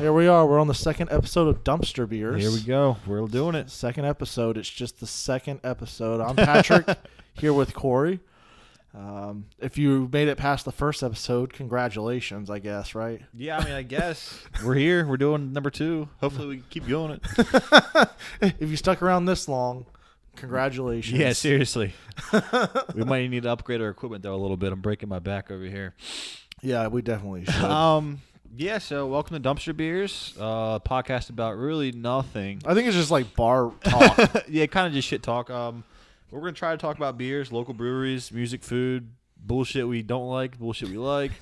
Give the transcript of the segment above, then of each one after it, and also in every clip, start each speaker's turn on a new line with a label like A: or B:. A: we are. We're on the second episode of Dumpster Beers.
B: Here we go. We're doing it.
A: Second episode. It's just the second episode. I'm Patrick here with Corey. Um, if you made it past the first episode, congratulations, I guess, right?
B: Yeah, I mean, I guess we're here. We're doing number two. Hopefully, we can keep doing it.
A: If you stuck around this long, congratulations.
B: yeah, seriously. we might need to upgrade our equipment though a little bit. I'm breaking my back over here.
A: Yeah, we definitely should.
B: Um, yeah. So, welcome to Dumpster Beers, uh, podcast about really nothing.
A: I think it's just like bar talk.
B: yeah, kind of just shit talk. Um, we're gonna try to talk about beers, local breweries, music, food, bullshit we don't like, bullshit we like.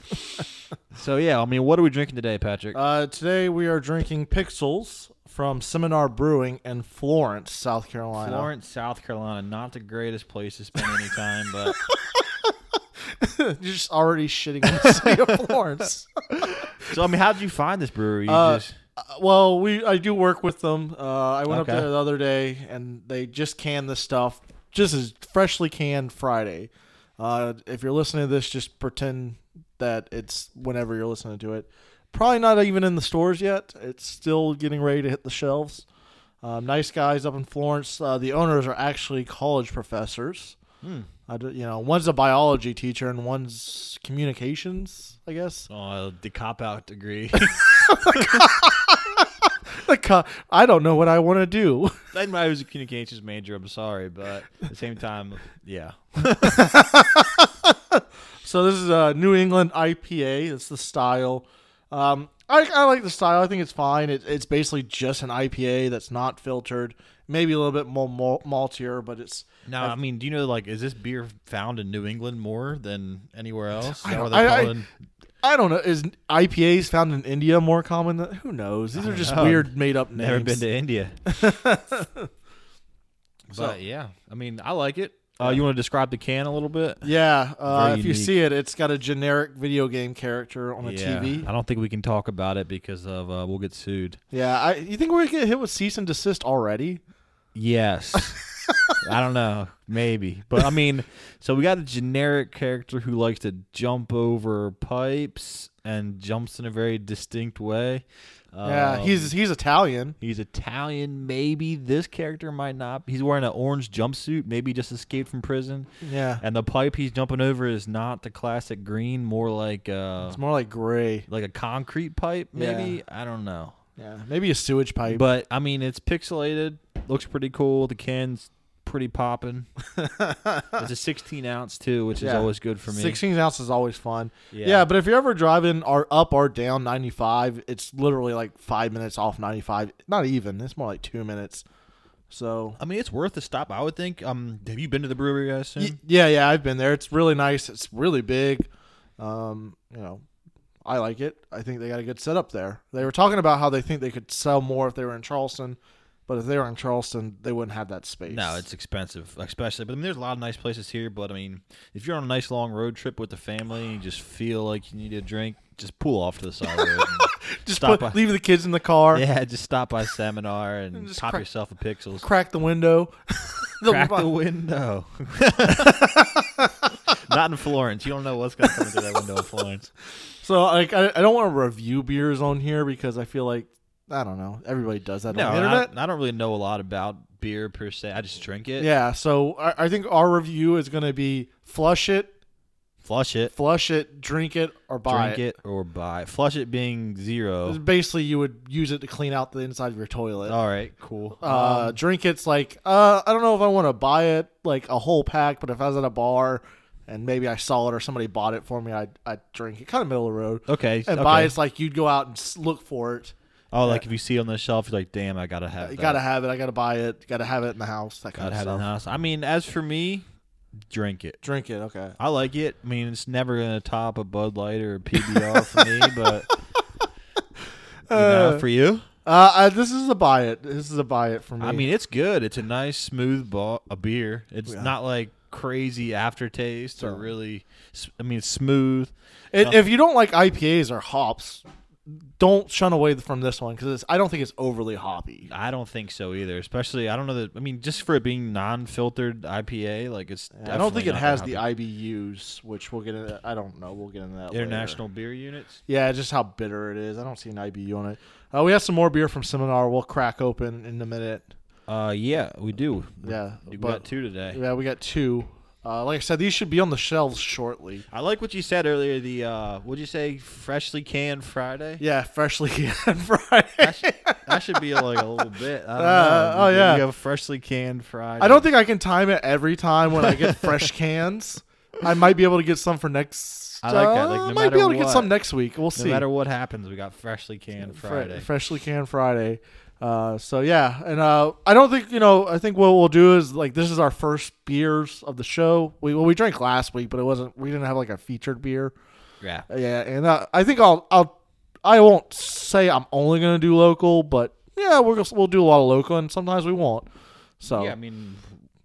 B: so yeah, I mean, what are we drinking today, Patrick?
A: uh, today we are drinking Pixels from Seminar Brewing in Florence, South Carolina.
B: Florence, South Carolina, not the greatest place to spend any time, but
A: You're just already shitting on the city of Florence.
B: so I mean, how did you find this brewery? You
A: Uh,
B: just-
A: uh, well, we I do work with them. Uh, I went
B: Okay.
A: up there the other day, and they just canned this stuff, just as freshly canned Friday. Uh, if you're listening to this, just pretend that it's whenever you're listening to it. Probably not even in the stores yet. It's still getting ready to hit the shelves. Um, nice guys up in Florence. Uh, the owners are actually college professors.
B: Hmm.
A: I d- you know, one's a biology teacher and one's communications, I guess.
B: oh, the cop out degree.
A: Like, uh, I don't know what I want to do.
B: I know I was a communications major. I'm sorry, but at the same time, yeah.
A: So this is a New England IPA. It's the style. Um, I, I like the style. I think it's fine. It, it's basically just an IPA that's not filtered. Maybe a little bit more mal- maltier, but it's.
B: Now, I mean, do you know like is this beer found in New England more than anywhere else? Is that
A: don't-
B: where they're
A: I- I-
B: calling-
A: I don't know. Is IPAs found in India more common? Than, who knows? These are just
B: know.
A: weird, made up names.
B: Never been to India.
A: So-
B: but yeah, I mean, I like it. Uh, you want to describe the can a little bit?
A: Yeah, uh,
B: Very
A: if you
B: unique.
A: see it, it's got a generic video game character on a
B: Yeah.
A: TV.
B: I don't think we can talk about it because of uh, we'll get sued.
A: Yeah, I, you think we're gonna get hit with cease and desist already?
B: Yes. I don't know, maybe, but I mean, so we got a generic character who likes to jump over pipes and jumps in a very distinct way.
A: yeah,
B: Um,
A: he's he's Italian.
B: He's Italian, maybe. This character might not. He's wearing an orange jumpsuit, maybe just escaped from prison.
A: Yeah,
B: And the pipe he's jumping over is not the classic green, more like uh
A: it's more like gray.
B: like a concrete pipe, maybe. I don't know.
A: Yeah, maybe a sewage pipe.
B: But I mean, it's pixelated, looks pretty cool. The can's pretty popping. it's a 16 ounce too, which is
A: Yeah.
B: always good for me.
A: 16 ounce is always fun.
B: Yeah.
A: Yeah. but if you're ever driving or up or down 95, it's literally like five minutes off 95. Not even. It's more like two minutes. So,
B: I mean, it's worth a stop. I would think. Um, have you been to the brewery? I assume.
A: y- yeah, yeah, I've been there. It's really nice. It's really big. Um, you know, I like it. I think they got a good setup there. They were talking about how they think they could sell more if they were in Charleston, but if they were in Charleston, they wouldn't have that space.
B: No, it's expensive, especially. But I mean, there's a lot of nice places here. But I mean, if you're on a nice long road trip with the family and you just feel like you need a drink, just pull off to the side road. and
A: just put,
B: stop by,
A: leave the kids in the car,
B: yeah, just stop by Seminar and
A: just
B: pop
A: crack-
B: yourself a Pixels.
A: crack the window. They'll be
B: Crack
A: fine.
B: the window. Not in Florence. You don't know what's going to come into that window in Florence.
A: So like I, I don't want to review beers on here because I feel like I don't know everybody does that
B: No,
A: on
B: I-
A: the internet.
B: I, don't really know a lot about beer per se. I just drink it,
A: yeah, so I, I think our review is going to be flush it,
B: flush it,
A: flush it, drink it, or buy
B: drink it, or buy. Flush it being zero.
A: Basically, you would use it to clean out the inside of your toilet.
B: All right, cool.
A: uh, drink it's like uh, I don't know if I want to buy it like a whole pack, but if I was at a bar and maybe I saw it or somebody bought it for me, I'd I'd drink it. Kind of middle of the road.
B: okay,
A: And
B: Oh, okay.
A: buy it's like you'd go out and s- look for it.
B: Oh, like if you see it on the shelf, you're like, damn, I gotta have
A: I
B: that.
A: gotta have it. I gotta buy it. Gotta have it in the house. That kind
B: gotta
A: of
B: have it
A: stuff.
B: in the house. I mean, as for me, drink it.
A: Drink it, okay.
B: I like it. I mean, it's never gonna top a Bud Light or a PBR for me, but you know, for you,
A: Uh, I, this is a buy it. This is a buy it for me.
B: I mean, it's good. It's a nice, smooth ba- a beer. It's not like crazy aftertaste or really. s- I mean, it's smooth.
A: It- if you don't like IPAs or hops, don't shun away from this one because I don't think it's overly hoppy.
B: I don't think so either. Especially, I don't know that. I mean, just for it being non-filtered IPA, like it's.
A: I don't think
B: definitely
A: it
B: not
A: has
B: gonna
A: the
B: happen.
A: IBUs, which we'll get into. I don't know. We'll get into that. later.
B: international beer units.
A: Yeah, just how bitter it is. I don't see an IBU on it. Uh, we have some more beer from Seminar. We'll crack open in a minute.
B: Uh, yeah, we do.
A: Yeah,
B: we
A: but-
B: got two today.
A: Yeah, we got two. Uh, like I said, these should be on the shelves shortly.
B: I like what you said earlier. The uh, what'd you say? Freshly canned Friday.
A: Yeah, freshly canned Friday.
B: That should, that should be like a little bit. I don't
A: Uh,
B: know.
A: oh,
B: You-
A: yeah.
B: you have freshly canned Friday.
A: I don't think I can time it every time when I get fresh cans. I might be able to get some for next.
B: I like that,
A: uh,
B: like, no
A: I might be
B: matter
A: able to get
B: what-
A: some next week. We'll
B: No
A: see.
B: matter what happens, we got freshly canned
A: Fre-
B: Friday.
A: freshly canned Friday. Uh, so yeah, and uh, I don't think you know. I think what we'll do is like this is our first beers of the show. We well, we drank last week, but it wasn't. We didn't have like a featured beer.
B: yeah.
A: Yeah, and uh, I think I'll I'll I won't say I'm only gonna do local, but yeah, we're gonna, we'll do a lot of local, and sometimes we won't. So
B: Yeah, I mean,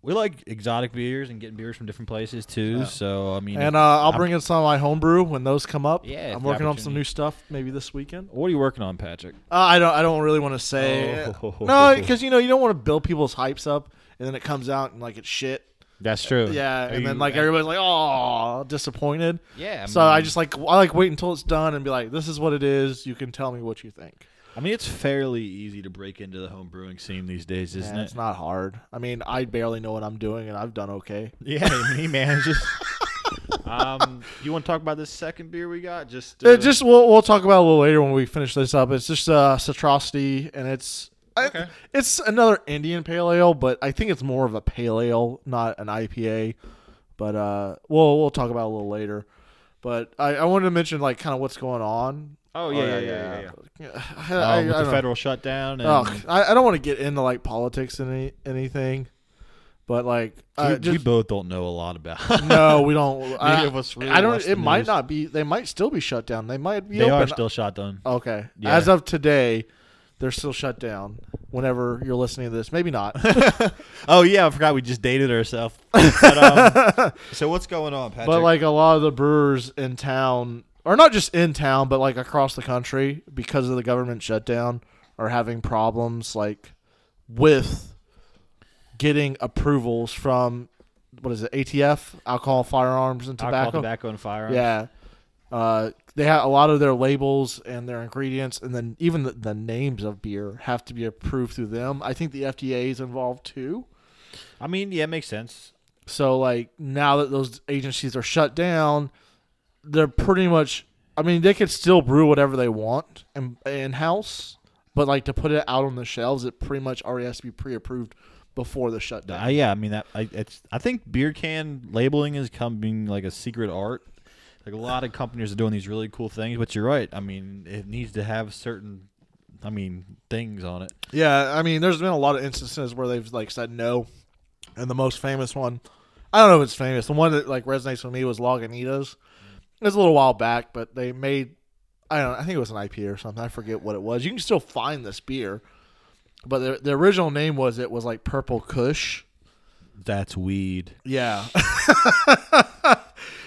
B: we like exotic beers and getting beers from different places too. So I mean,
A: and uh, I'll bring in some of my homebrew when those come up.
B: Yeah, it's
A: I'm
B: the
A: working on some
B: opportunity.
A: new stuff maybe this weekend.
B: what are you working on, Patrick?
A: Uh, I don't I don't really want to say
B: Oh.
A: no because you know you don't want to build people's hypes up and then it comes out and like it's shit.
B: That's true.
A: Yeah, and then like everybody's like oh disappointed.
B: yeah. I
A: so I
B: mean-
A: just like I like wait until it's done and be like this is what it is. You can tell me what you think.
B: I mean, it's fairly easy to break into the home brewing scene these days, isn't
A: Yeah,
B: it?
A: It's not hard. I mean, I barely know what I'm doing, and I've done okay.
B: yeah, I mean, he manages. um, you want to talk about this second beer we got? Just,
A: Uh, just we'll, we'll talk about it a little later when we finish this up. It's just uh, citrosity, and it's I-
B: Okay.
A: it's another Indian pale ale, but I think it's more of a pale ale, not an IPA. But uh, we'll we'll talk about it a little later. But I, I wanted to mention like kind of what's going on.
B: oh yeah, yeah, yeah, yeah.
A: I,
B: yeah.
A: I-
B: Um, with
A: I
B: the
A: don't- Oh,
B: federal shutdown, and
A: Ugh, I, I don't want to get into like politics and any, anything, but like
B: we,
A: I
B: we
A: uh, just,
B: both don't know a lot about.
A: no, we don't. I,
B: of us really
A: I don't.
B: watch
A: It
B: the
A: might
B: news.
A: not be. They might still be shut down. They might be.
B: they
A: open.
B: are still shut down.
A: okay.
B: Yeah.
A: As of today, they're still shut down. Whenever you're listening to this, maybe not.
B: Oh yeah, I forgot we just dated ourselves. But, um, so what's going on, Patrick?
A: but like a lot of the brewers in town, or not just in town, but like across the country, because of the government shutdown, are having problems like with getting approvals from what is it? ATF, alcohol, firearms, and
B: alcohol,
A: tobacco.
B: tobacco, and firearms.
A: Yeah. Uh, they have a lot of their labels and their ingredients, and then even the, the names of beer have to be approved through them. I think the FDA is involved too.
B: I mean, yeah, it makes sense.
A: So, like, now that those agencies are shut down, they're pretty much, I mean, they could still brew whatever they want in, in house, but like to put it out on the shelves, it pretty much already has to be pre approved before the shutdown.
B: I, uh, yeah, I mean that. I, it's. I think beer can labeling is coming like a secret art. Like a lot of companies are doing these really cool things, but you're right. I mean, it needs to have certain, I mean, things on it.
A: Yeah, I mean, there's been a lot of instances where they've like said no, and the most famous one, I don't know if it's famous. The one that like resonates with me was Lagunitas. It was a little while back, but they made I don't know, I think it was an IPA or something. I forget what it was. You can still find this beer, but the the original name was it was like Purple Kush.
B: That's weed.
A: Yeah.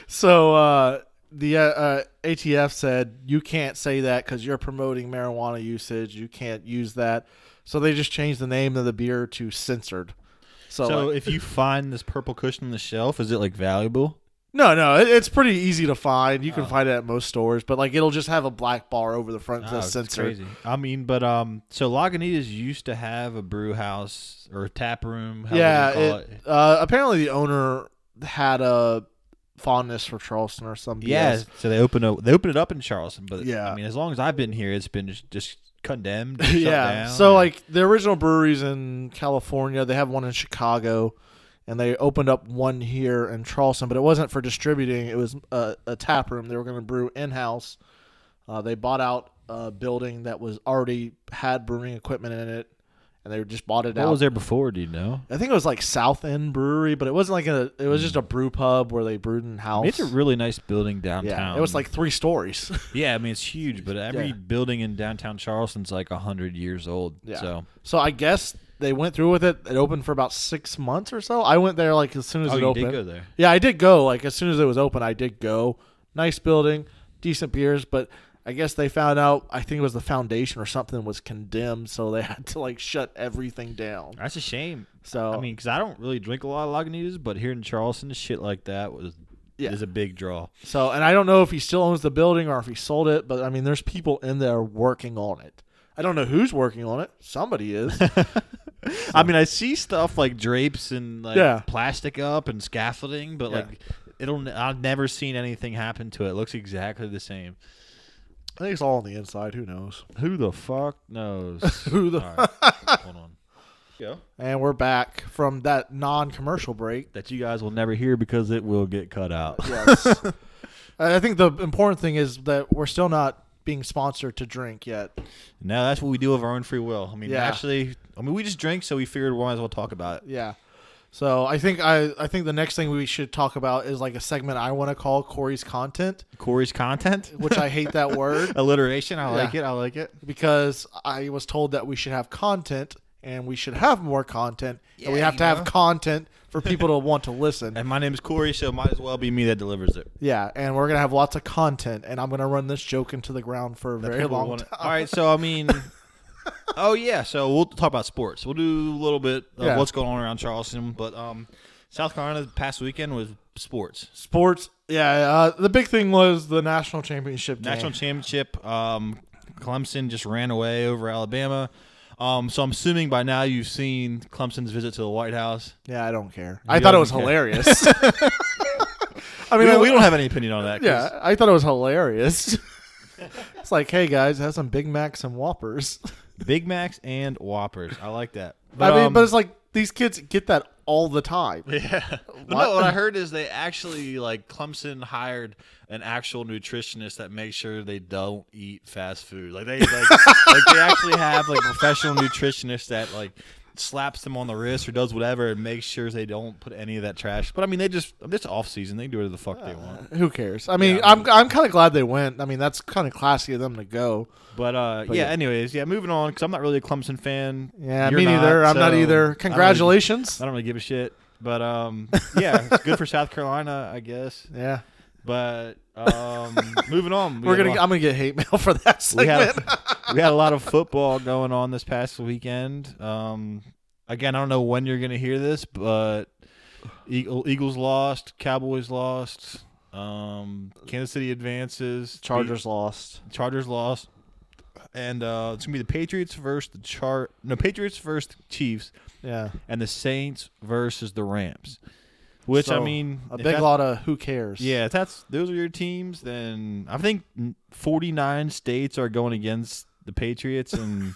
A: so uh, the uh, uh, ATF said you can't say that because you're promoting marijuana usage. You can't use that. So they just changed the name of the beer to censored. So,
B: So
A: like-
B: if you find this purple cushion on the shelf, is it like valuable?
A: no, no, it, it's pretty easy to find. You
B: Oh.
A: can find it at most stores, but like it'll just have a black bar over the front that
B: Oh,
A: says
B: it's
A: censored.
B: crazy. I mean, but um, so Lagunitas used to have a brew house or a tap room. however
A: Yeah,
B: they call
A: it, uh, apparently the owner had a fondness for Charleston or some.
B: Yeah,
A: BS.
B: so they open up. They open it up in Charleston, but yeah,
A: Yeah.
B: I mean, as long as I've been here, it's been just, just condemned. shut
A: yeah.
B: down.
A: So like the original breweries in California, they have one in Chicago, and they opened up one here in Charleston, but it wasn't for distributing. It was a, a tap room. They were going to brew in house. Uh, they bought out a building that was already had brewing equipment in it, and they just bought it
B: what
A: out.
B: was there before? Do you know?
A: I think it was like South End Brewery, but it wasn't like a. It was
B: Hmm.
A: just a brew pub where they brewed in house.
B: It's a really nice building downtown.
A: yeah, it was like three stories.
B: yeah, I mean, it's huge, but every
A: Yeah.
B: building in downtown Charleston's like hundred years old.
A: Yeah.
B: So
A: So I guess they went through with it. It opened for about six months or so. I went there like as soon as
B: oh,
A: it
B: you
A: opened.
B: did go there.
A: Yeah, I did go. Like as soon as it was open, I did go. Nice building, decent beers, but I guess they found out. I think it was the foundation or something was condemned, so they had to like shut everything down.
B: That's a shame.
A: So
B: I mean, because I don't really drink a lot of Lagunitas, but here in Charleston, shit like that was
A: Yeah.
B: is a big draw.
A: So, and I don't know if he still owns the building or if he sold it, but I mean, there's people in there working on it. I don't know who's working on it. Somebody is.
B: I mean, I see stuff like drapes and like
A: Yeah.
B: plastic up and scaffolding, but
A: Yeah.
B: like it'll. I've never seen anything happen to it. It looks exactly the same.
A: I think it's all on the inside. Who knows?
B: Who the fuck knows?
A: Who the-
B: All right, hold on. Go.
A: And we're back from that non-commercial break.
B: That you guys will never hear because it will get cut out.
A: Yes. I I think the important thing is that we're still not being sponsored to drink yet.
B: No, that's what we do of our own free will. I mean,
A: Yeah.
B: actually, I mean, we just drink, so we figured we might as well talk about it.
A: Yeah. So I think I, I think the next thing we should talk about is like a segment I want to call Corey's content,
B: Corey's content,
A: which I hate that word.
B: alliteration. I
A: Yeah.
B: like it. I like it.
A: because I was told that we should have content and we should have more content and we
B: Yeah,
A: have
B: you
A: to have
B: know.
A: content for people to want to listen.
B: And my name's Corey, so it might as well be me that delivers it.
A: Yeah, and we're gonna have lots of content, and I'm gonna run this joke into the ground for a very
B: People
A: long
B: wanna-
A: time.
B: All right, so I mean, oh yeah, so we'll talk about sports. We'll do a little bit of
A: Yeah.
B: what's going on around Charleston, but um, South Carolina the past weekend was sports
A: Sports. Yeah, uh, the big thing was the national championship. Game.
B: national championship. Um, Clemson just ran away over Alabama. Um, so I'm assuming by now you've seen Clemson's visit to the White House.
A: yeah, I don't care. I thought it
B: don't
A: was
B: care.
A: hilarious. I
B: We
A: mean,
B: don't,
A: I-
B: we don't have any opinion on that. 'cause-
A: Yeah, I thought it was hilarious. it's like, hey guys, have some Big Macs and Whoppers.
B: Big Macs and Whoppers. I like that.
A: I mean,
B: um,
A: but it's like these kids get that all the time.
B: Yeah.
A: What?
B: No, what I heard is they actually like Clemson hired an actual nutritionist that makes sure they don't eat fast food. Like they like, like they actually have like professional nutritionists that like slaps them on the wrist or does whatever and makes sure they don't put any of that trash. But I mean, they just this off season they do whatever the fuck they want.
A: Who cares? I mean,
B: Yeah,
A: I am I'm kind of glad they went. I mean, that's kind of classy of them to go.
B: But uh,
A: But
B: yeah,
A: yeah.
B: Anyways, yeah. Moving on because I'm not really a Clemson fan.
A: Yeah,
B: You're
A: me neither. I'm not
B: so I don't
A: either.
B: really-
A: Congratulations.
B: I don't really give a shit. But um, yeah, it's good for South Carolina, I guess.
A: yeah,
B: But um, moving on, we
A: we're
B: had
A: gonna.
B: a
A: I'm
B: lot-
A: gonna get hate mail for that
B: we had
A: segment.
B: we had a lot of football going on this past weekend. Um, again, I don't know when you're gonna hear this, but Eagle, Eagles lost, Cowboys lost, um, Kansas City advances,
A: Chargers lost.
B: beat- Chargers lost, and uh, it's gonna be the Patriots versus the Char. No, Patriots versus the Chiefs,
A: Yeah,
B: and the Saints versus the Rams. Which I
A: So,
B: mean,
A: a
B: if
A: big
B: that's-
A: lot of who cares.
B: yeah, if that's those are your teams. Then I think 49 states are going against the Patriots, and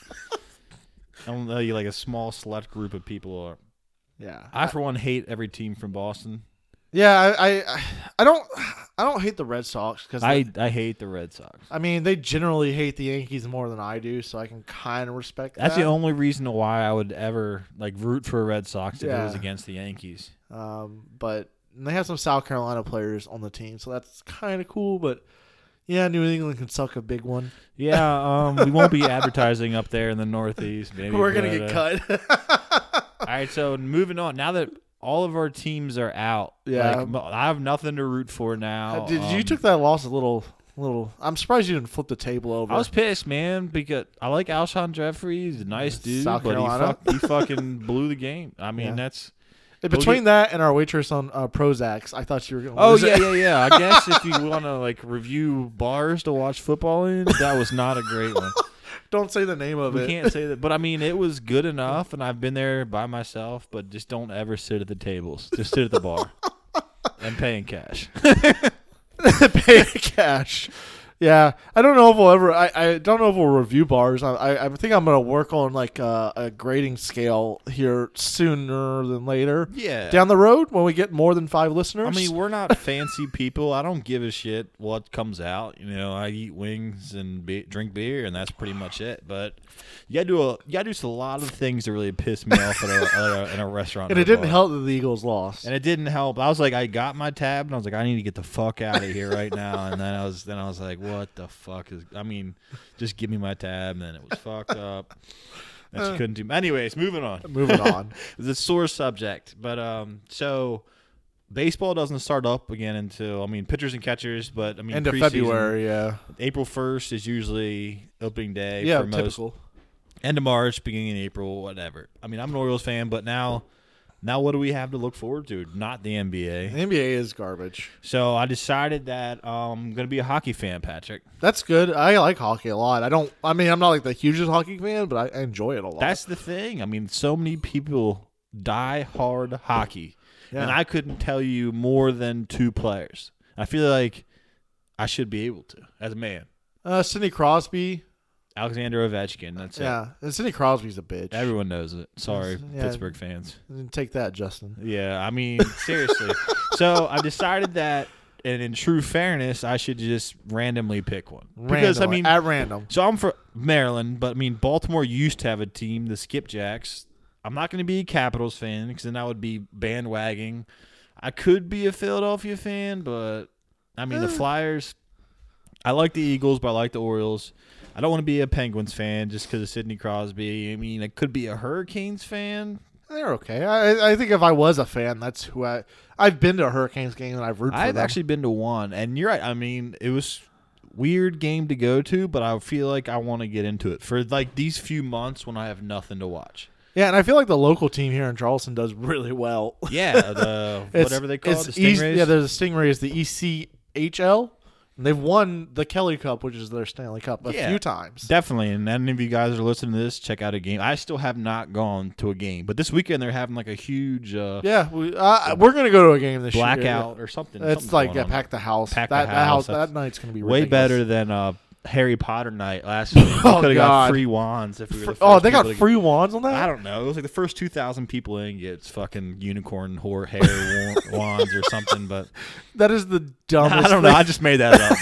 B: I don't know, you like a small select group of people are.
A: yeah,
B: I for one hate every team from Boston.
A: yeah. I, I, I don't, I don't hate the Red Sox because I,
B: I I hate the Red Sox.
A: mean, they generally hate the Yankees more than I do, so I can kind of respect
B: That's
A: that.
B: the only reason why I would ever like root for a Red Sox if it was
A: Yeah.
B: against the Yankees.
A: Um, but and they have some South Carolina players on the team, so that's kind of cool. But yeah, New England can suck a big one.
B: Yeah, um, we won't be advertising up there in the Northeast. Maybe,
A: We're gonna
B: but,
A: get
B: uh,
A: cut.
B: All right, so moving on. Now that all of our teams are out,
A: Yeah.
B: like, mo- I have nothing to root for now.
A: Did you
B: Um,
A: took that loss a little? Little. I'm surprised you didn't flip the table over.
B: I was pissed, man, because I like Alshon Jeffrey. He's a nice dude,
A: South
B: but he,
A: Carolina.
B: fuck, he fucking blew the game. I mean,
A: Yeah.
B: that's
A: Between that and our waitress on uh, Prozacs, I thought you were gonna.
B: oh
A: lose
B: yeah,
A: it.
B: yeah, yeah. I guess if you want to like review bars to watch football in, that was not a great one.
A: Don't say the name of
B: We
A: it.
B: can't say that, but I mean, it was good enough, and I've been there by myself. But just don't ever sit at the tables. Just sit at the bar and pay in cash.
A: pay cash. Yeah, I don't know if we'll ever. I, I don't know if we'll review bars. I, I, I think I'm gonna work on like a, a grading scale here sooner than later.
B: Yeah.
A: down the road when we get more than five listeners.
B: I mean, we're not fancy people. I don't give a shit what comes out. You know, I eat wings and be- drink beer, and that's pretty much it. But you gotta do a you gotta do a lot of things that really piss me off at a, at a, in a restaurant.
A: and
B: or
A: it
B: a
A: didn't
B: bar.
A: help that the Eagles lost.
B: And it didn't help. I was like, I got my tab, and I was like, I need to get the fuck out of here right now. And then I was, then I was like, what the fuck is? I mean, just give me my tab. And then it was fucked up. And
A: Uh.
B: she couldn't do. Anyways, moving on.
A: Moving on.
B: It's a sore subject, but um, so baseball doesn't start up again until I mean pitchers and catchers, but I mean
A: End of
B: preseason-
A: February, yeah.
B: April first is usually opening day.
A: Yeah,
B: for most.
A: typical.
B: End of March, beginning of April, whatever. I mean, I'm an Orioles fan, but now, now what do we have to look forward to? Not the
A: The
B: NBA.
A: NBA is garbage.
B: So I decided that um, I'm gonna be a hockey fan, Patrick.
A: That's good. I like hockey a lot. I don't. I mean, I'm not like the hugest hockey fan, but I, I enjoy it a lot.
B: That's the thing. I mean, so many people die hard hockey,
A: Yeah.
B: and I couldn't tell you more than two players. I feel like I should be able to, as a man.
A: uh, Sidney Crosby.
B: Alexander Ovechkin. That's it.
A: Yeah, and Sidney Crosby's a bitch.
B: Everyone knows it. Sorry,
A: That's- yeah.
B: Pittsburgh fans.
A: Take that, Justin.
B: Yeah, I mean, seriously. so I decided that, and in true fairness, I should just randomly pick one because I
A: Randomly,
B: mean,
A: at random.
B: so I'm for Maryland, but I mean, Baltimore used to have a team, the Skipjacks. I'm not going to be a Capitals fan because then I would be bandwagoning. I could be a Philadelphia fan, but I mean,
A: Eh.
B: the Flyers. I like the Eagles, but I like the Orioles. I don't want to be a Penguins fan just because of Sidney Crosby. I mean, I could be a Hurricanes fan.
A: They're okay. I, I think if I was a fan, that's who I. I've been to a Hurricanes game and I've rooted for
B: I've
A: them.
B: actually been to one, and you're right. I mean, it was weird game to go to, but I feel like I want to get into it for like these few months when I have nothing to watch.
A: yeah, and I feel like the local team here in Charleston does really well.
B: Yeah, the
A: It's-
B: whatever they call it, the
A: it's E-
B: Stingrays.
A: yeah, there's the E Stingrays, the ECHL. And they've won the Kelly Cup, which is their Stanley Cup, a
B: Yeah.
A: few times.
B: Definitely, and any of you guys are listening to this, check out a game. I still have not gone to a game, but this weekend they're having like a huge uh,
A: yeah, we, uh, we're gonna go to a game this
B: blackout
A: year.
B: or something.
A: It's
B: something's
A: like
B: going
A: yeah,
B: on.
A: pack the house.
B: Pack the
A: that, that house.
B: house, that's
A: That night's gonna be
B: way
A: ridiculous.
B: better than uh, Harry Potter night last week.
A: Oh,
B: could have got
A: God.
B: free wands if we were. The
A: Fr- oh,
B: first
A: they
B: people
A: got
B: to-
A: free wands on that.
B: I don't know. It was like the first two thousand people in gets fucking unicorn whore hair wa- wands or something. But
A: that is the dumbest.
B: I don't know.
A: thing.
B: I just made that up.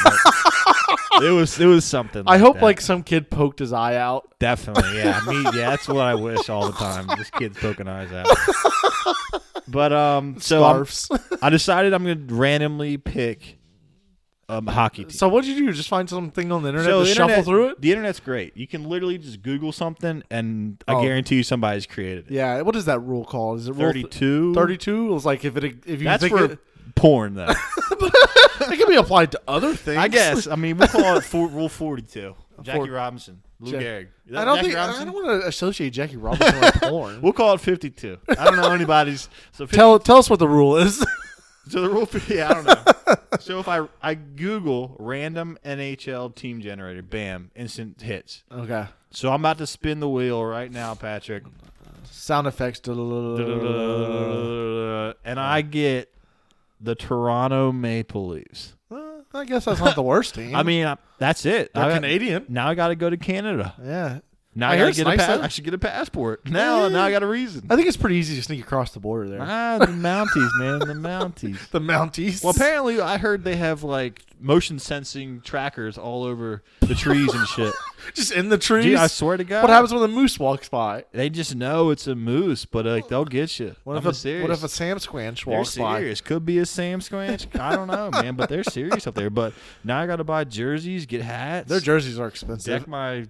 B: but it was it was something.
A: I hope
B: that.
A: like some kid poked his eye out.
B: definitely yeah. Me yeah. That's what I wish all the time. This kid's poking eyes out. But um, so I'm-
A: Scarfs.
B: I decided I'm gonna randomly pick um hockey team.
A: so what did you do? Just find something on the internet
B: So
A: to
B: the internet-
A: shuffle through it?
B: The internet's great. You can literally just Google something, and I
A: Oh.
B: guarantee you somebody's created it.
A: Yeah. What is that rule called? Is it rule th-
B: Thirty-two.
A: 32? It was like if it if you
B: That's
A: think
B: for
A: it,
B: porn, though.
A: it can be applied to other things.
B: I guess. I mean, we'll call it for, Rule 42. Jackie
A: Four-
B: Robinson. Lou
A: Jack-
B: Gehrig. Is that
A: I don't
B: Jackie
A: think I
B: Robinson?
A: don't want to associate Jackie Robinson with porn.
B: We'll call it 52. I don't know anybody's. So, 50,
A: tell tell us what the rule is.
B: so the rule, yeah, I don't know. so if I I Google random NHL team generator, bam, instant hits.
A: okay.
B: So I'm about to spin the wheel right now, Patrick.
A: Sound effects. Uh,
B: And I get the Toronto Maple Leafs.
A: I guess that's not the worst team.
B: I mean, I, that's it.
A: they're
B: I got-
A: Canadian.
B: Now I got to go to Canada.
A: Yeah.
B: Now
A: I
B: I,
A: hear
B: gotta
A: it's
B: get
A: nice
B: a pa-
A: out.
B: I should get a passport. Now,
A: Yeah.
B: now I got a reason.
A: I think it's pretty easy to sneak across the border there.
B: Ah, the Mounties, man, the Mounties.
A: The Mounties.
B: Well, apparently, I heard they have like motion sensing trackers all over the trees and shit.
A: just in the trees.
B: Dude, I swear to God,
A: What happens when the moose walks by?
B: They just know it's a moose, but like they'll get you.
A: What if
B: I'm
A: a
B: serious.
A: what if a Sam Squanch
B: they're
A: walks by?
B: serious? Could be a Sam Squanch. I don't know, man, but they're serious up there. But now I got to buy jerseys, get hats.
A: Their jerseys are
B: deck
A: expensive.
B: my.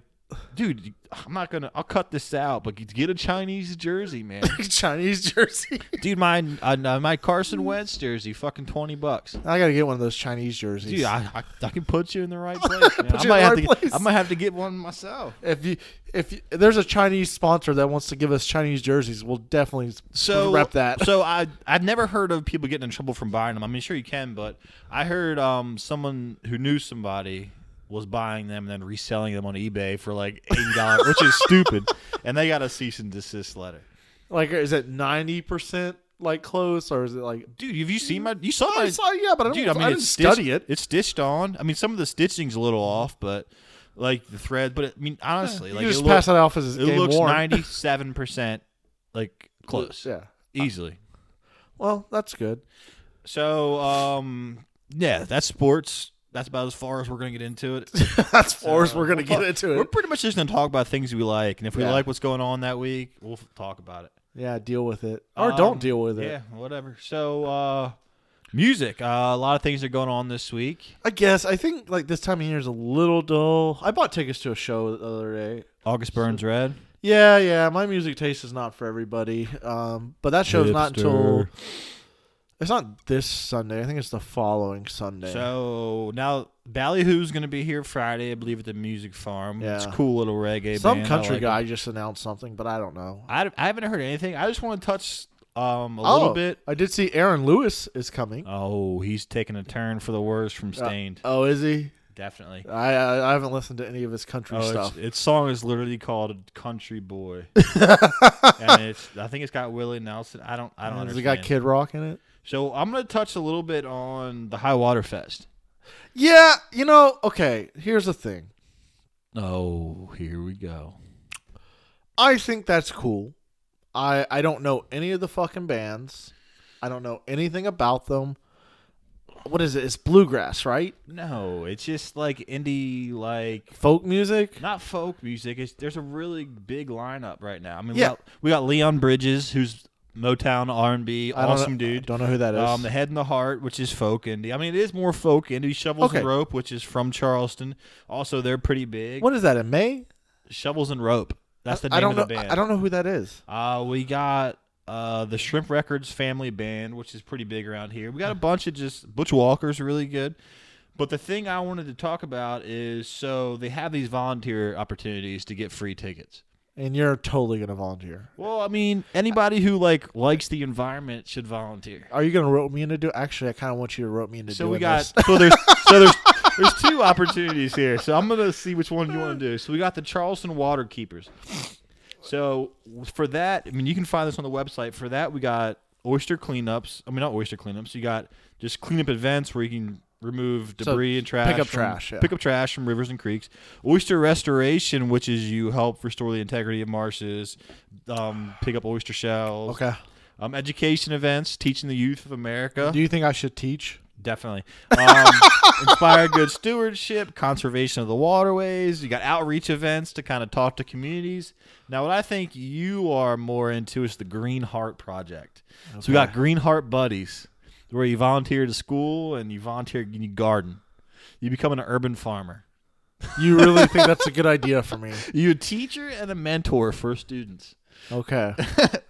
B: Dude, I'm not gonna. I'll cut this out, but get a Chinese jersey, man.
A: Chinese jersey.
B: Dude, my uh, my Carson Wentz jersey, fucking twenty bucks.
A: I gotta get one of those Chinese jerseys.
B: Dude, I, I, I can put you in the right place. man.
A: Put
B: I,
A: you in the
B: might have
A: right
B: to,
A: place.
B: I might have to get one myself.
A: if you if you, there's a Chinese sponsor that wants to give us Chinese jerseys, we'll definitely s-
B: So
A: rep that.
B: So I I've never heard of people getting in trouble from buying them. I mean, sure you can, but I heard um someone who knew somebody was buying them and then reselling them on eBay for like eighty dollars, which is stupid. And they got a cease and desist letter.
A: like, is it ninety percent like close or is it like?
B: Dude, have you seen my? You saw my?
A: I saw, yeah, but I, don't,
B: Dude, I mean,
A: didn't
B: it's
A: study
B: stitched-
A: it.
B: It's stitched on. I mean, some of the stitching's a little off, but like the thread. But I mean, honestly,
A: You
B: like
A: can just
B: it
A: pass
B: looks,
A: that off as
B: it
A: game
B: looks
A: worn.
B: ninety-seven percent like close,
A: Yeah.
B: easily.
A: Well, that's good.
B: So, um, yeah, that's sports. That's about as far as we're gonna get into it.
A: That's far as
B: So,
A: we're gonna
B: we'll
A: get into
B: We're
A: it.
B: pretty much just gonna talk about things we like, and if we
A: Yeah.
B: like what's going on that week, we'll f- talk about it
A: Yeah, deal with it or don't
B: Um,
A: deal with it.
B: Yeah, whatever. So, uh, music. Uh, a lot of things are going on this week.
A: I guess I think like this time of year is a little dull. I bought tickets to a show the other day.
B: August Burns Red.
A: Yeah, yeah, my music taste is not for everybody. Um, but that show's not until It's not this Sunday. I think it's the following Sunday.
B: So now Ballyhoo's going to be here Friday, I believe, at the Music Farm. It's a
A: Yeah.
B: cool little reggae.
A: Some
B: band. I
A: country
B: like
A: guy just announced something, but I don't know.
B: it. I, I haven't heard anything. I just want to touch um a
A: oh,
B: little bit.
A: I did see Aaron Lewis is coming.
B: Oh, he's taking a turn for the worse from Stained.
A: Oh, is he?
B: Definitely.
A: I I, I haven't listened to any of his country
B: Oh,
A: stuff.
B: it's, its song is literally called "Country Boy," and it's I think it's got Willie Nelson. I don't I don't
A: Has
B: understand.
A: it got Kid Rock in it?
B: So I'm gonna touch a little bit on the High Water Fest.
A: Yeah, you know. Okay, here's the thing.
B: Oh, here we go.
A: I think that's cool. I I don't know any of the fucking bands. I don't know anything about them. What is it? It's bluegrass, right?
B: No, it's just like indie, like
A: Folk music.
B: not folk music. It's, there's a really big lineup right now. I mean,
A: Yeah.
B: we, got, we got Leon Bridges, who's Motown R&B,
A: I don't
B: awesome
A: know,
B: dude.
A: Don't know who that is.
B: Um, the Head and the Heart, which is folk indie. I mean, it is more folk indie. Shovels
A: Okay.
B: and Rope, which is from Charleston. Also, they're pretty big.
A: what is that in May?
B: Shovels and Rope. That's the name
A: I don't
B: of
A: know.
B: the band.
A: I don't know who that is.
B: Uh, we got uh, the Shrimp Records Family Band, which is pretty big around here. We got a bunch of just Butch Walker's really good. But the thing I wanted to talk about is so they have these volunteer opportunities to get free tickets.
A: And you're totally gonna volunteer.
B: Well, I mean, anybody who like likes the environment should volunteer.
A: Are you gonna rope me into do? Actually, I kind of want you to rope me into
B: So
A: doing
B: we got
A: this.
B: so there's so there's there's two opportunities here. So I'm gonna see which one you want to do. So we got the Charleston Water Keepers. So for that, I mean, you can find this on the website. For that, we got oyster cleanups. I mean, not oyster cleanups. You got just cleanup events where you can remove
A: So
B: debris and trash.
A: pick up
B: from-
A: trash, yeah.
B: Pick up trash from rivers and creeks. Oyster restoration, which is you help restore the integrity of marshes. Um, pick up oyster shells.
A: Okay.
B: Um, education events, teaching the youth of America.
A: Do you think I should teach?
B: Definitely. Um, inspire good stewardship, conservation of the waterways. You got outreach events to kind of talk to communities. Now, what I think you are more into is the Green Heart Project. So we got Green Heart Buddies, where you volunteer to school and you volunteer and you garden. You become an urban farmer.
A: You really think that's a good idea for me?
B: You're a teacher and a mentor for students.
A: Okay.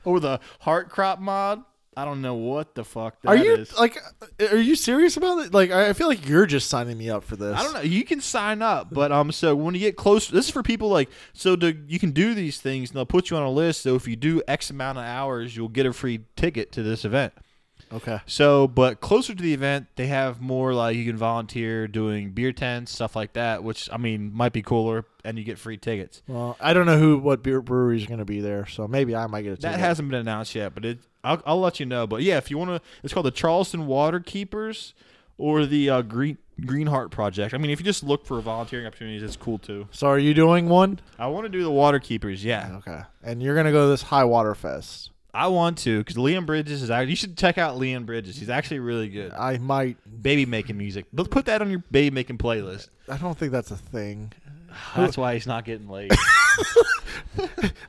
B: or the Heart Crop Mod. I don't know what the fuck that
A: Are
B: is.
A: you like? Are you serious about it? Like, I I feel like you're just signing me up for this.
B: I don't know. You can sign up, but um, so when you get close, this is for people like so. To, you can do these things, and they'll put you on a list. So if you do X amount of hours, you'll get a free ticket to this event.
A: Okay.
B: So, but closer to the event, they have more like you can volunteer doing beer tents, stuff like that, which I mean might be cooler, and you get free tickets.
A: Well, I don't know who what beer breweries are going to be there, so maybe I might get a ticket.
B: That hasn't been announced yet, but it I'll, I'll let you know. But yeah, if you want to, it's called the Charleston Water Keepers or the uh, Green Green Heart Project. I mean, if you just look for volunteering opportunities, it's cool too.
A: So are you doing one?
B: I want to do the water keepers. Yeah,
A: Okay. And you're going to go to this high water fest.
B: I want to because Liam Bridges is. act- You should check out Liam Bridges. He's actually really good.
A: I might.
B: Baby making music. But put that on your baby making playlist.
A: I don't think that's a thing.
B: That's why he's not getting laid.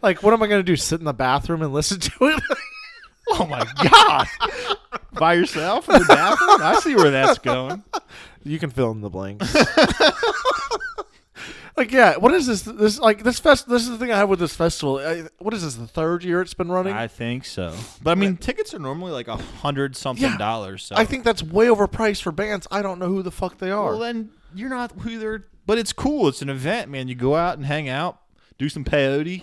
A: Like, what am I going to do? Sit in the bathroom and listen to it?
B: oh my god! By yourself in the bathroom? I see where that's going.
A: you can fill in the blanks. like, yeah. What is this? This like this fest. This is the thing I have with this festival. I, what is this? The third year it's been running.
B: I think so. But I mean, tickets are normally like a hundred something
A: Yeah.
B: dollars. So
A: I think that's way overpriced for bands. I don't know who the fuck they are.
B: Well, then you're not who they're. But it's cool. It's an event, man. You go out and hang out, do some peyote.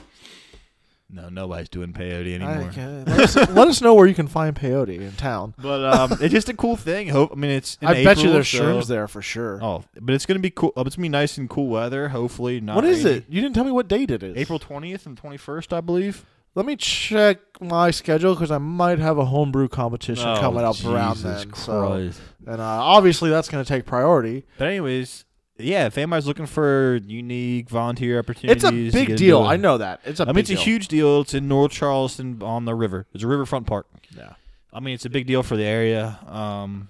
B: No, nobody's doing peyote
A: I
B: anymore.
A: can't- let, us, let us know where you can find peyote in town.
B: But um, it's just a cool thing. Hope I mean it's. In
A: I bet you
B: April,
A: there's
B: so-
A: shrooms there for sure.
B: Oh, but it's gonna be cool. It's gonna be nice and cool weather. Hopefully not.
A: what is
B: rainy.
A: it? You didn't tell me what date it is.
B: April twentieth and twenty first, I believe.
A: Let me check my schedule because I might have a homebrew competition
B: Oh,
A: coming up around
B: Jesus
A: then. So,
B: Christ.
A: and uh, obviously that's going to take priority.
B: But anyways, yeah. If anybody's looking for unique volunteer
A: It's
B: opportunities,
A: a
B: to
A: big
B: get
A: deal.
B: into it-
A: I know that. It's a.
B: I mean,
A: big
B: it's a
A: deal.
B: huge deal. It's in North Charleston on the river. It's a riverfront park.
A: Yeah.
B: I mean, it's a big deal for the area. Um,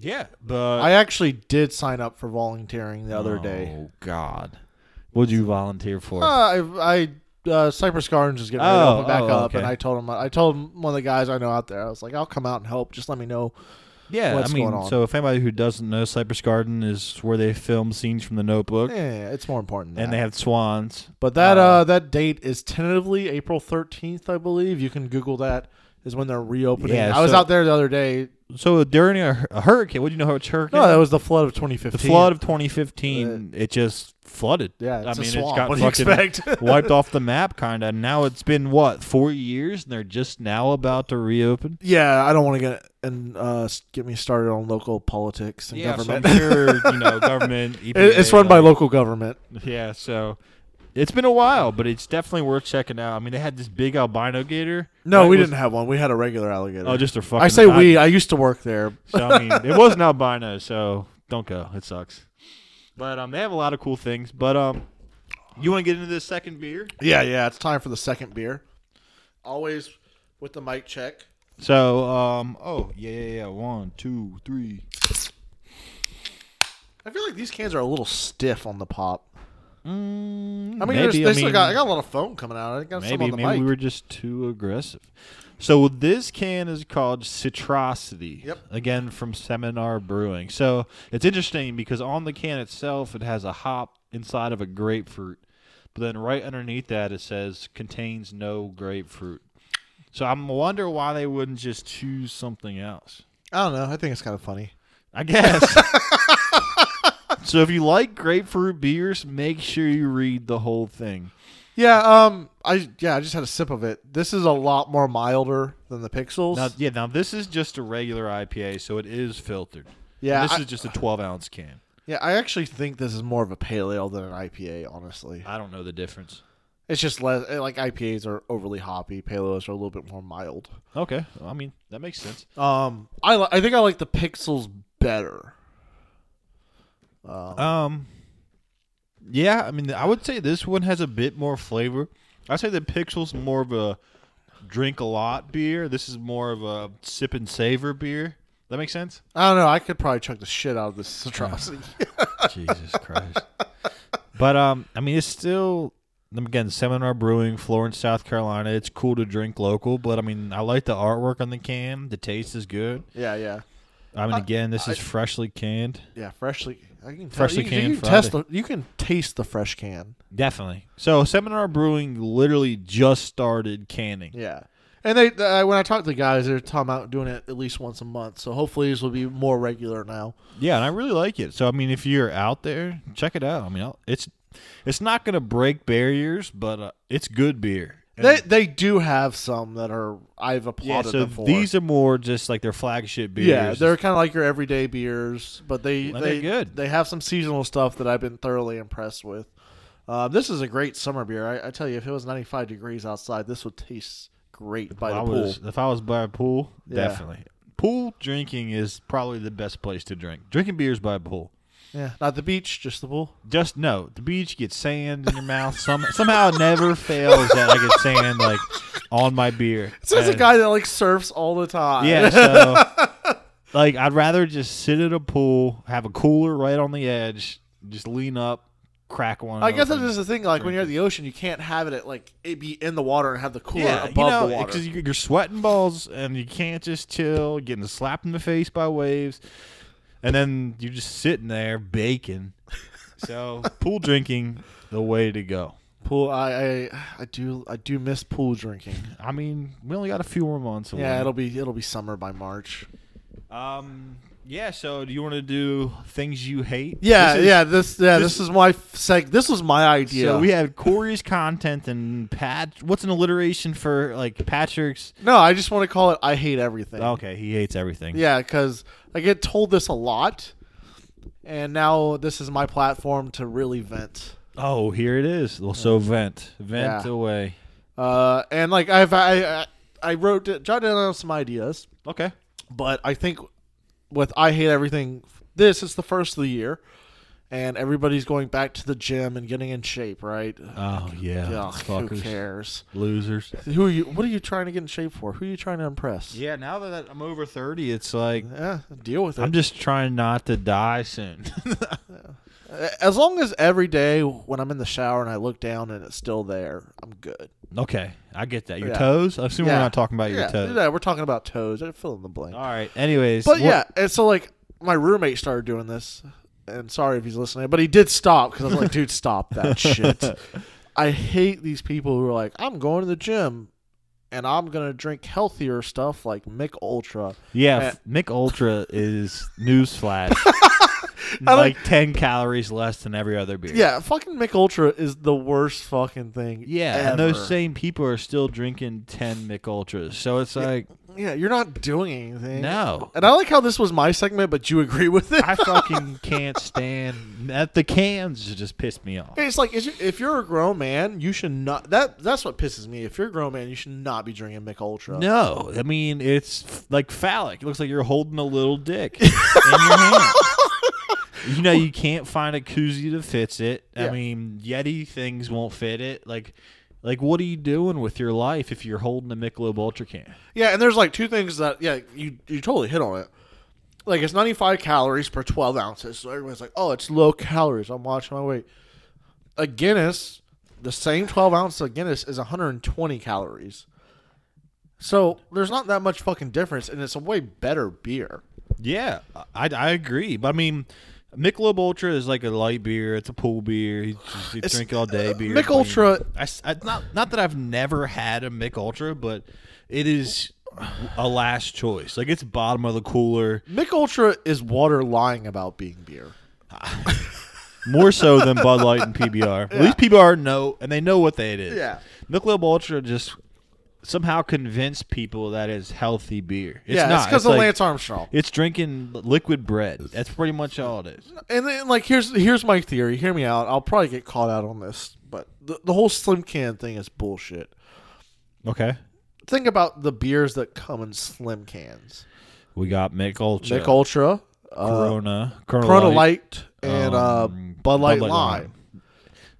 B: yeah, but
A: I actually did sign up for volunteering the other day.
B: Oh God, what'd you volunteer for?
A: Uh, I, I uh, Cypress Gardens is getting ready
B: Oh,
A: to open back
B: oh,
A: up,
B: okay.
A: and I told him. I told one of the guys I know out there. I was like, I'll come out and help. Just let me know.
B: Yeah,
A: what's
B: I mean,
A: going on.
B: so if anybody who doesn't know, Cypress Garden is where they film scenes from The Notebook,
A: Yeah, it's more important. Than
B: and
A: that.
B: they have swans.
A: But that uh,
B: Uh,
A: that date is tentatively April thirteenth, I believe. You can Google that is when they're reopening.
B: Yeah,
A: I was
B: so-
A: out there the other day
B: so during a, hur- a hurricane, what do you know about hurricane?
A: uh, No, that was the flood of 2015.
B: the flood of 2015. it just flooded.
A: Yeah,
B: I
A: it's a
B: mean,
A: swamp.
B: it got
A: What do you
B: fucking
A: expect?
B: wiped off the map, kind of. And now it's been what four years, and they're just now about to reopen.
A: Yeah, I don't want to get and uh, s- get me started on local politics and government.
B: so I'm sure you know government.
A: It- it's
B: EPA,
A: run by
B: like-
A: local government.
B: Yeah, so it's been a while, but it's definitely worth checking out. I mean, they had this big albino gator.
A: No,
B: Right,
A: we
B: was-
A: didn't have one. We had a regular alligator.
B: Oh, just their fucking.
A: I say we. I used to work there.
B: So I mean, it was an albino, so don't go. It sucks. But um, they have a lot of cool things. But um, you want to get into this second beer?
A: Yeah, yeah. It's time for the second beer. Always with the mic check.
B: So um, oh yeah yeah yeah, one two three.
A: I feel like these cans are a little stiff on the pop. I
B: Mm,
A: mean, there's
B: maybe,
A: they
B: I
A: still
B: mean,
A: got. I got a lot of foam coming out. I got some
B: maybe
A: on the
B: maybe
A: mic.
B: we were just too aggressive. So this can is called Citrosity.
A: Yep.
B: Again from Seminar Brewing. So it's interesting because on the can itself it has a hop inside of a grapefruit, but then right underneath that it says contains no grapefruit. So I'm wonder why they wouldn't just choose something else.
A: I don't know. I think it's kind of funny.
B: I guess. so if you like grapefruit beers, make sure you read the whole thing.
A: Yeah. Um. I yeah. I just had a sip of it. This is a lot more milder than the Pixels.
B: Now, yeah, now this is just a regular IPA, so it is filtered.
A: yeah.
B: this
A: I-
B: is just a 12 ounce can.
A: Yeah, I actually think this is more of a pale ale than an IPA. Honestly,
B: I don't know the difference.
A: it's just less eh, like IPAs are overly hoppy. Pale ales are a little bit more mild.
B: Okay, I mean that makes sense.
A: Um, I li- I think I like the Pixels better. Uh,
B: Um, yeah, I mean I would say this one has a bit more flavor. I'd say the Pixel's more of a drink a lot beer. This is more of a sip and savor beer. That makes sense.
A: I don't know. I could probably chug the shit out of this atrocity.
B: Jesus Christ. But um, I mean, it's still again Seminar Brewing, Florence, South Carolina. It's cool to drink local, but I mean, I like the artwork on the can. The taste is good.
A: yeah, yeah,
B: I mean, again, this is freshly canned.
A: yeah. Freshly, I can tell-
B: Freshly
A: you,
B: canned
A: You can, test the, you can taste the fresh can.
B: Definitely. So Seminar Brewing literally just started canning.
A: Yeah, and they uh, when I talk to the guys, they're talking about doing it at least once a month. So hopefully this will be more regular now.
B: Yeah, and I really like it. So I mean, if you're out there, check it out. I mean, I'll- it's it's not gonna break barriers, but uh, it's good beer. And-
A: They they do have some that are I've
B: yeah,
A: applauded
B: so
A: them for.
B: these are more just like their flagship beers.
A: Yeah, they're kind of like your everyday beers, but they
B: Well, they're
A: they
B: good.
A: They have some seasonal stuff that I've been thoroughly impressed with. Uh, this is a great summer beer. I, I tell you, if it was 95 degrees outside, this would taste great by
B: I
A: the pool.
B: was, if I was by a pool,
A: Yeah.
B: definitely. Pool drinking is probably the best place to drink. Drinking beers by a pool.
A: Yeah, not the beach, just the pool.
B: Just no, the beach gets sand in your mouth. Some, somehow it never fails that I get sand like on my beer.
A: So there's a
B: And-
A: guy that like surfs all the time.
B: Yeah, so like I'd rather just sit at a pool, have a cooler right on the edge, just lean up, crack one.
A: I guess that
B: open.
A: is the thing. Like when you're at the ocean, you can't have it at like it be in the water and have the cooler
B: yeah,
A: above
B: you
A: the
B: know,
A: water.
B: because you're sweating balls and you can't just chill, getting slapped in the face by waves, and then you're just sitting there baking. So pool drinking, the way to go.
A: Pool, I, I I do I do miss pool drinking.
B: I mean, we only got a few more months. away.
A: Yeah, it'll be it'll be summer by March.
B: um, yeah. So do you want to do things you hate?
A: Yeah,
B: This is-
A: yeah. This yeah.
B: this-
A: This, is my f- seg. This was my idea.
B: So we had Corey's content and Pat. What's an alliteration for like Patrick's?
A: no, I just want to call it. I hate everything.
B: Okay, he hates everything.
A: Yeah, because I get told this a lot, and now this is my platform to really vent.
B: Oh, here it is. Well, so vent, vent
A: Yeah.
B: away.
A: Uh, and like I've I I, I wrote it- jotted down some ideas,
B: Okay.
A: but I think with I hate everything. This is the first of the year, and everybody's going back to the gym and getting in shape, right?
B: Oh yeah,
A: Ugh, who
B: fuckers.
A: cares?
B: losers.
A: Who are you? What are you trying to get in shape for? Who are you trying to impress?
B: Yeah, now that I'm over thirty, it's like
A: Yeah, deal with it.
B: I'm just trying not to die soon.
A: as long as every day when I'm in the shower and I look down and it's still there, I'm good.
B: okay, I get that. Your
A: Yeah.
B: toes? I assume we're
A: Yeah.
B: not talking about your
A: yeah,
B: toes.
A: yeah, we're talking about toes. I fill in the blank.
B: All right. Anyways,
A: but
B: what-
A: yeah, and so like my roommate started doing this, and sorry if he's listening, but he did stop because I was like, dude, stop that shit. I hate these people who are like, I'm going to the gym. and I'm gonna drink healthier stuff like Mick Ultra.
B: Yeah,
A: Uh,
B: f- Mick Ultra is newsflash.
A: I
B: like ten calories less than every other beer.
A: Yeah, fucking Mick Ultra is the worst fucking thing.
B: Yeah,
A: ever.
B: and those same people are still drinking ten Mick Ultras. So it's like,
A: yeah, you're not doing anything.
B: no,
A: And I like how this was my segment, but you agree with it.
B: I fucking can't stand that. The cans just pissed me off.
A: It's like is you- if you're a grown man, you should not. That that's what pisses me. If you're a grown man, you should not be drinking Mick Ultra.
B: No, I mean it's f- like phallic. It looks like you're holding a little dick in your hand. You know, you can't find a koozie that fits it. I
A: Yeah.
B: mean, Yeti things won't fit it. Like, like what are you doing with your life if you're holding a Michelob Ultra can?
A: Yeah, and there's like two things that yeah you you totally hit on it. Like it's 95 calories per 12 ounces, so everybody's like, oh, it's low calories. I'm watching my weight. A Guinness, the same 12 ounce of Guinness is 120 calories. So there's not that much fucking difference, and it's a way better beer.
B: Yeah, I, I agree. But I mean, Michelob Ultra is like a light beer. It's a pool beer. You, just, you
A: It's-
B: drink it all day. Beer.
A: Mick
B: clean.
A: Ultra-
B: I s I not not that I've never had a Mick Ultra, but it is a last choice. Like it's bottom of the cooler,
A: Mick Ultra is water lying about being beer.
B: more so than Bud Light and PBR. At least PBR know and they know what they it is.
A: Yeah.
B: Michelob Ultra just somehow convinced people that it's healthy beer. It's
A: yeah,
B: not.
A: it's because of
B: like-
A: Lance Armstrong.
B: It's drinking liquid bread. That's pretty much all it is.
A: and then like here's here's my theory. Hear me out. I'll probably get called out on this, but the, the whole slim can thing is bullshit.
B: Okay.
A: Think about the beers that come in slim cans.
B: We got Mick Ultra,
A: Mick Ultra, uh,
B: Corona, Corona,
A: Corona
B: Light,
A: Light, and
B: um,
A: uh, Bud Light,
B: Bud Light
A: Lime.
B: Lime.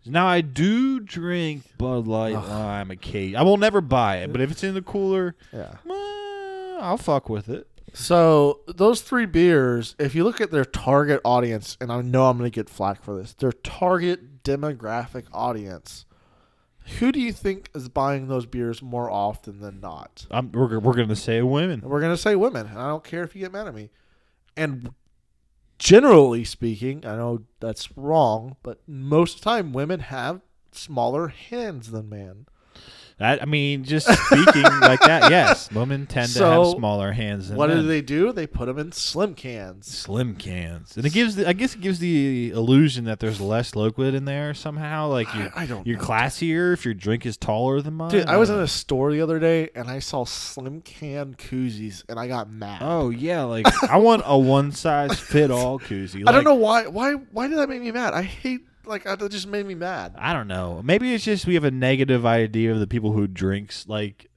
B: Now I do drink Bud Light Lime occasionally. I will never buy it, but if it's in the cooler,
A: Yeah.
B: eh, I'll fuck with it.
A: So those three beers, if you look at their target audience, and I know I'm going to get flack for this, their target demographic audience. Who do you think is buying those beers more often than not?
B: I'm, we're we're gonna say women.
A: And we're going to say women. And I don't care if you get mad at me. And generally speaking, I know that's wrong, but most of the time, women have smaller hands than men.
B: That I mean, just speaking like that. Yes, women tend to
A: So,
B: have smaller hands. Than
A: what
B: men.
A: do they do? They put them in slim cans.
B: Slim cans, and it gives. The, I guess it gives the illusion that there's less liquid in there somehow. Like you,
A: I don't
B: you're
A: know.
B: classier if your uh, drink is taller than mine.
A: Dude, I was in
B: don't
A: a store the other day and I saw slim can koozies and I got mad.
B: Oh yeah, like I want a one size fit all koozie.
A: I
B: Like,
A: don't know why. Why? Why did that make me mad? I hate. Like I- that just made me mad.
B: I don't know. Maybe it's just we have a negative idea of the people who drinks like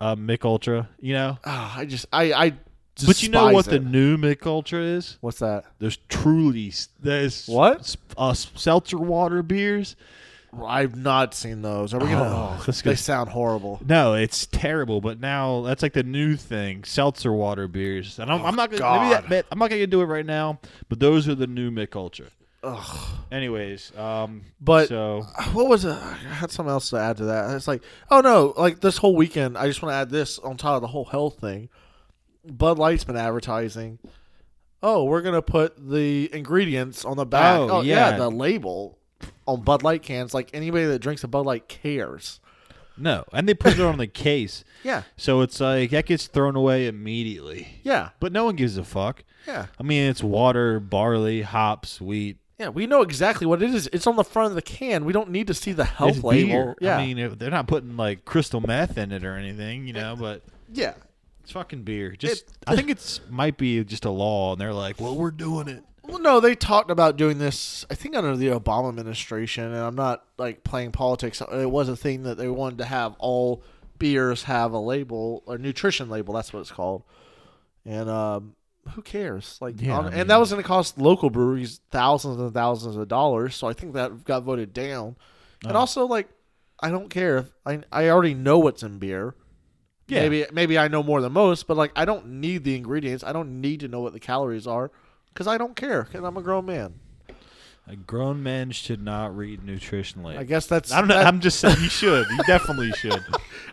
B: uh, Mick Ultra. You know,
A: Ah, I just. I. I. Despise
B: but you know what the
A: it.
B: new Mick Ultra is?
A: What's that?
B: There's truly there's
A: What?
B: s- uh, s- seltzer water beers.
A: I've not seen those. Are we gonna?
B: Oh, that's
A: they
B: good.
A: sound horrible.
B: No, it's terrible. But now that's like the new thing: seltzer water beers. And I'm, I'm not gonna maybe that,
A: God.
B: that- I'm not gonna do it right now. But those are the new Mick Ultra.
A: Ugh.
B: Anyways, um,
A: But
B: so
A: what was it? I had something else to add to that. It's like, oh no, like this whole weekend, I just want to add this on top of the whole health thing. Bud Light's been advertising. Oh, we're gonna put the ingredients on the back.
B: Oh,
A: Oh, yeah.
B: yeah.
A: the label on Bud Light cans. Like anybody that drinks a Bud Light cares.
B: no, and they put it on the case.
A: Yeah,
B: So it's like that gets thrown away immediately.
A: yeah,
B: But no one gives a fuck.
A: yeah,
B: I mean, it's water, barley, hops, wheat.
A: yeah. We know exactly what it is. It's on the front of the can. We don't need to see the health
B: It's
A: label.
B: beer.
A: Oh, Yeah,
B: I mean, it- they're not putting like crystal meth in it or anything, you know, but
A: yeah.
B: it's fucking beer. Just I think it's might be just a law and they're like, "Well, we're doing it."
A: Well, no, they talked about doing this. I think under the Obama administration, and I'm not like playing politics. It was a thing that they wanted to have all beers have a label or nutrition label. That's what it's called. And um, who cares? Like,
B: Yeah,
A: on-
B: I
A: and that was going to cost local breweries thousands and thousands of dollars. So I think that got voted down.
B: Oh.
A: And also, like, I don't care. If, I I already know what's in beer.
B: Yeah.
A: Maybe maybe I know more than most, but like I don't need the ingredients. I don't need to know what the calories are because I don't care because I'm a grown man.
B: A grown man should not read nutrition
A: I
B: labels.
A: guess that's
B: I, don't know.
A: that-
B: I'm just saying you should. You definitely should.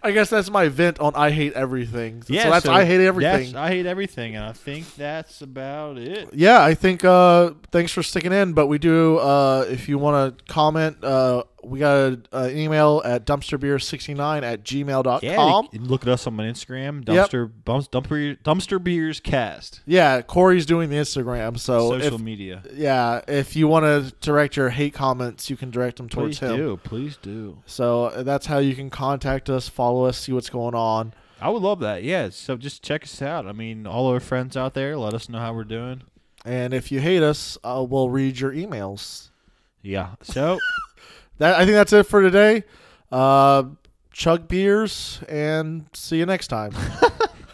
A: I guess that's my vent on I hate everything. So,
B: Yeah,
A: so that's
B: so-
A: I hate everything.
B: Yes, I hate everything, and I think that's about it.
A: yeah, I think uh, thanks for sticking in, but we do. Uh, if you want to comment, uh, we got an email at dumpsterbeer69 at gmail.com.
B: Yeah, you can look at us on my Instagram,
A: Yep.
B: dumpster bumps, dumpster dumpster beers cast
A: Yeah, Corey's doing the Instagram, so
B: social
A: if,
B: media.
A: yeah, if you want to direct your hate comments, you can direct them towards
B: Please
A: him.
B: do, please do.
A: So uh, that's how you can contact us, follow us, see what's going on.
B: I would love that. Yeah, so just check us out. I mean, all our friends out there, let us know how we're doing.
A: And if you hate us, uh, we'll read your emails.
B: Yeah. So
A: That I think that's it for today. Uh, chug beers and see you next time.